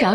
扰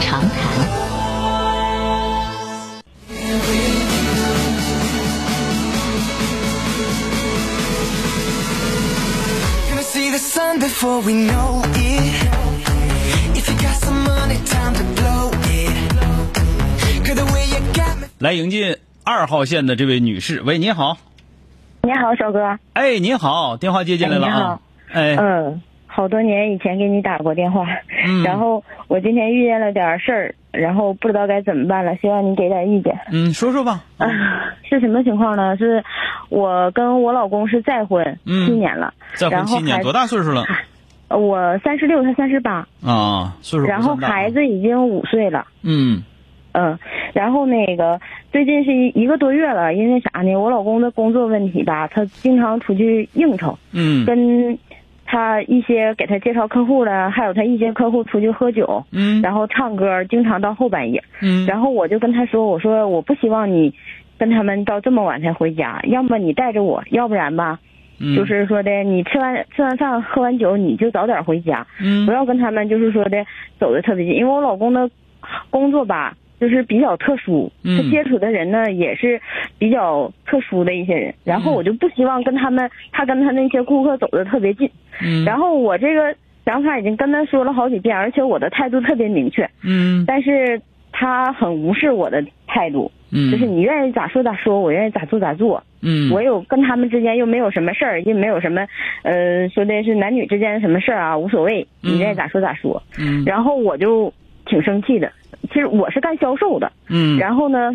长谈》。 Gonna see the sun before we know it. If you got some money, time to blow it. Cause the way you got me. 来迎进二号线的这位女士，喂，你好，你好，小哥。哎，你好，电话接进来了啊，哎，嗯，好多年以前给你打过电话，嗯然后我今天遇见了点事儿，然后不知道该怎么办了，希望你给点意见。嗯，说说吧，啊 是什么情况呢？是我跟我老公是再婚嗯七年了，再婚然后七年，孩多大岁数了？呃我三十六，他三十八，啊，岁数不然后算大啊孩，子已经五岁了。嗯嗯，然后那个最近是一一个多月了，因为啥呢？我老公的工作问题吧，他经常出去应酬，嗯跟他一些给他介绍客户的，还有他一些客户出去喝酒，嗯然后唱歌，经常到后半夜。嗯，然后我就跟他说：“我说我不希望你跟他们到这么晚才回家，要么你带着我，要不然吧，嗯就是说的你吃完吃完饭喝完酒你就早点回家，嗯不要跟他们就是说的走的特别近，因为我老公的工作吧。”就是比较特殊，他嗯接触的人呢也是比较特殊的一些人，然后我就不希望跟他们，他跟他那些顾客走的特别近，嗯，然后我这个想法已经跟他说了好几遍，而且我的态度特别明确，嗯但是他很无视我的态度，嗯，就是你愿意咋说咋说，我愿意咋做咋做。嗯，我有跟他们之间又没有什么事儿，又没有什么，呃，说的是男女之间的什么事儿啊，无所谓，嗯你愿意咋说咋说。嗯然后我就挺生气的。其实我是干销售的，嗯，然后呢，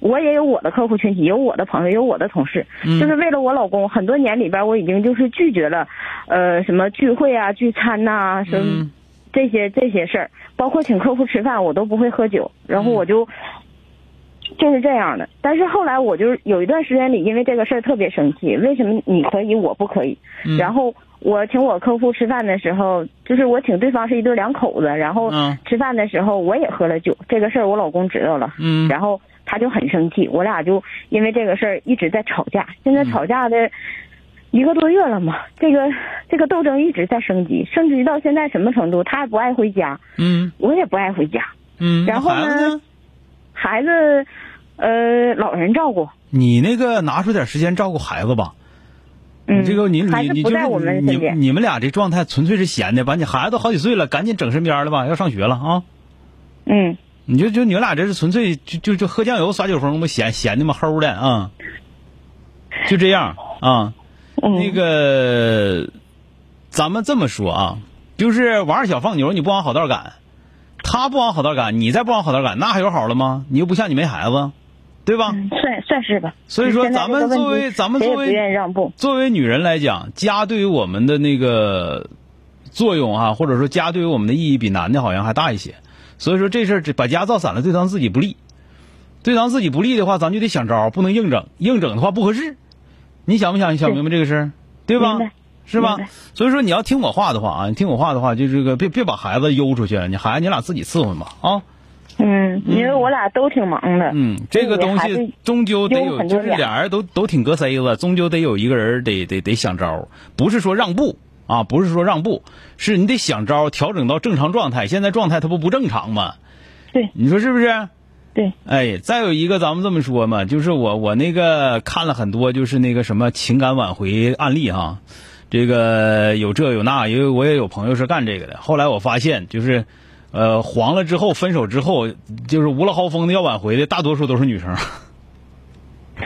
我也有我的客户群体，有我的朋友，有我的同事。嗯就是为了我老公，很多年里边我已经就是拒绝了，呃，什么聚会啊、聚餐呐、什么嗯这些这些事儿，包括请客户吃饭，我都不会喝酒，然后嗯我就。就是这样的，但是后来我就是有一段时间里，因为这个事儿特别生气，为什么你可以我不可以？嗯然后我请我客户吃饭的时候，就是我请对方是一对两口子，然后嗯吃饭的时候我也喝了酒，这个事儿我老公知道了，嗯然后他就很生气，我俩就因为这个事儿一直在吵架，现嗯在吵架的一个多月了嘛，这个这个斗争一直在升级，升级到现在什么程度？他也不爱回家，嗯我也不爱回家，嗯，然后那孩子呢？孩子，呃，老人照顾，你那个拿出点时间照顾孩子吧。嗯，你这个你孩你子你不就在我是们你身边，你们俩这状态纯粹是闲的，把你孩子都好几岁了，赶紧整身边了吧，要上学了啊！嗯。你就就你们俩这是纯粹就就就喝酱油撒酒疯不闲闲的嘛齁的啊、就这样啊、嗯，那个，咱们这么说啊，就是玩小放牛，你不往好道赶，他不往好道赶，你再不往好道赶，那还有好了吗？你又不像你没孩子，对吧？嗯算算是吧。所以说现在咱们这个问作为题咱们谁也作为不愿意让步，作为女人来讲，家对于我们的那个作用啊，或者说家对于我们的意义比男的好像还大一些。所以说这事儿只把家造散了，对咱自己不利。对咱自己不利的话，咱就得想招儿，不能硬整。硬整的话不合适。你想不想想是明白这个事儿？对吧明白？是吧明白？所以说你要听我话的话啊，你听我话的话，就这个别别把孩子悠出去了，你孩子你俩自己伺候吧啊。嗯，因为我俩都挺忙的，嗯，这个东西终究得有，有很就多是面俩人都都挺格塞子，终究得有一个人得得得想招儿，不是说让步啊，不是说让步，是你得想招儿调整到正常状态。现在状态它不不正常吗？对你说是不是？对，哎，再有一个，咱们这么说嘛，就是我我那个看了很多，就是那个什么情感挽回案例哈、这个有这有那，因为我也有朋友是干这个的。后来我发现，就是，呃，黄了之后，分手之后，就是无了豪风的要挽回的，大多数都是女生，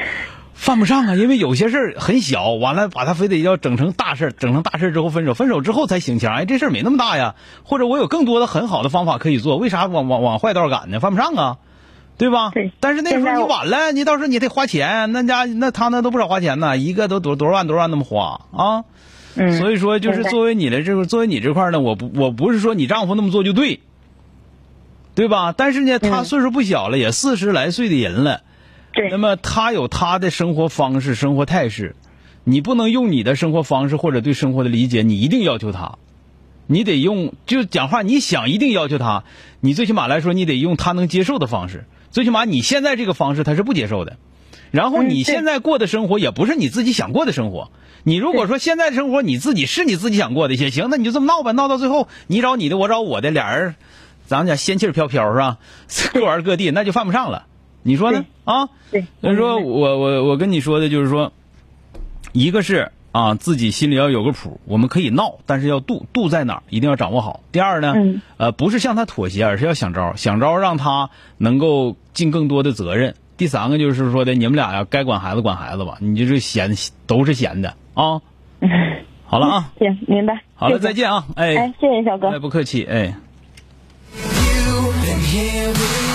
犯不上啊，因为有些事儿很小，完了把他非得要整成大事儿，整成大事儿之后分手，分手之后才醒强，哎，这事儿没那么大呀，或者我有更多的很好的方法可以做，为啥往往往坏道赶呢？犯不上啊。对吧？对但是那时候现在你我晚了，你到时候你得花钱，那家那他那都不少花钱呢，一个都多多少万多少万那么花啊。嗯，所以说，就是明白作为你的这个，作为你这块儿呢，我不我不是说你丈夫那么做就对，对吧？但是呢，他嗯岁数不小了，也四十来岁的人了，对那么他有他的生活方式、生活态势，你不能用你的生活方式或者对生活的理解，你一定要求他，你得用就讲话，你想一定要求他，你最起码来说，你得用他能接受的方式。最起码你现在这个方式他是不接受的，然后嗯你对现在过的生活也不是你自己想过的生活。你如果说现在的生活你自己是你自己想过的也行，那你就这么闹吧，闹到最后你找你的，我找我的，俩人，咱们讲仙气儿飘飘是吧？ 各玩各地，那就犯不上了。你说呢？啊？对，所以嗯说我我我跟你说的就是说，一个是啊自己心里要有个谱，我们可以闹，但是要度度在哪儿一定要掌握好。第二呢，嗯呃，不是向他妥协，而是要想招儿，想招儿让他能够尽更多的责任。第三个就是说的，你们俩呀，该管孩子管孩子吧，你就是闲都是闲的 啊。好了啊，行，明白。好了，谢谢再。见啊，哎哎，，谢谢小哥。哎，不客气，哎。 You and here we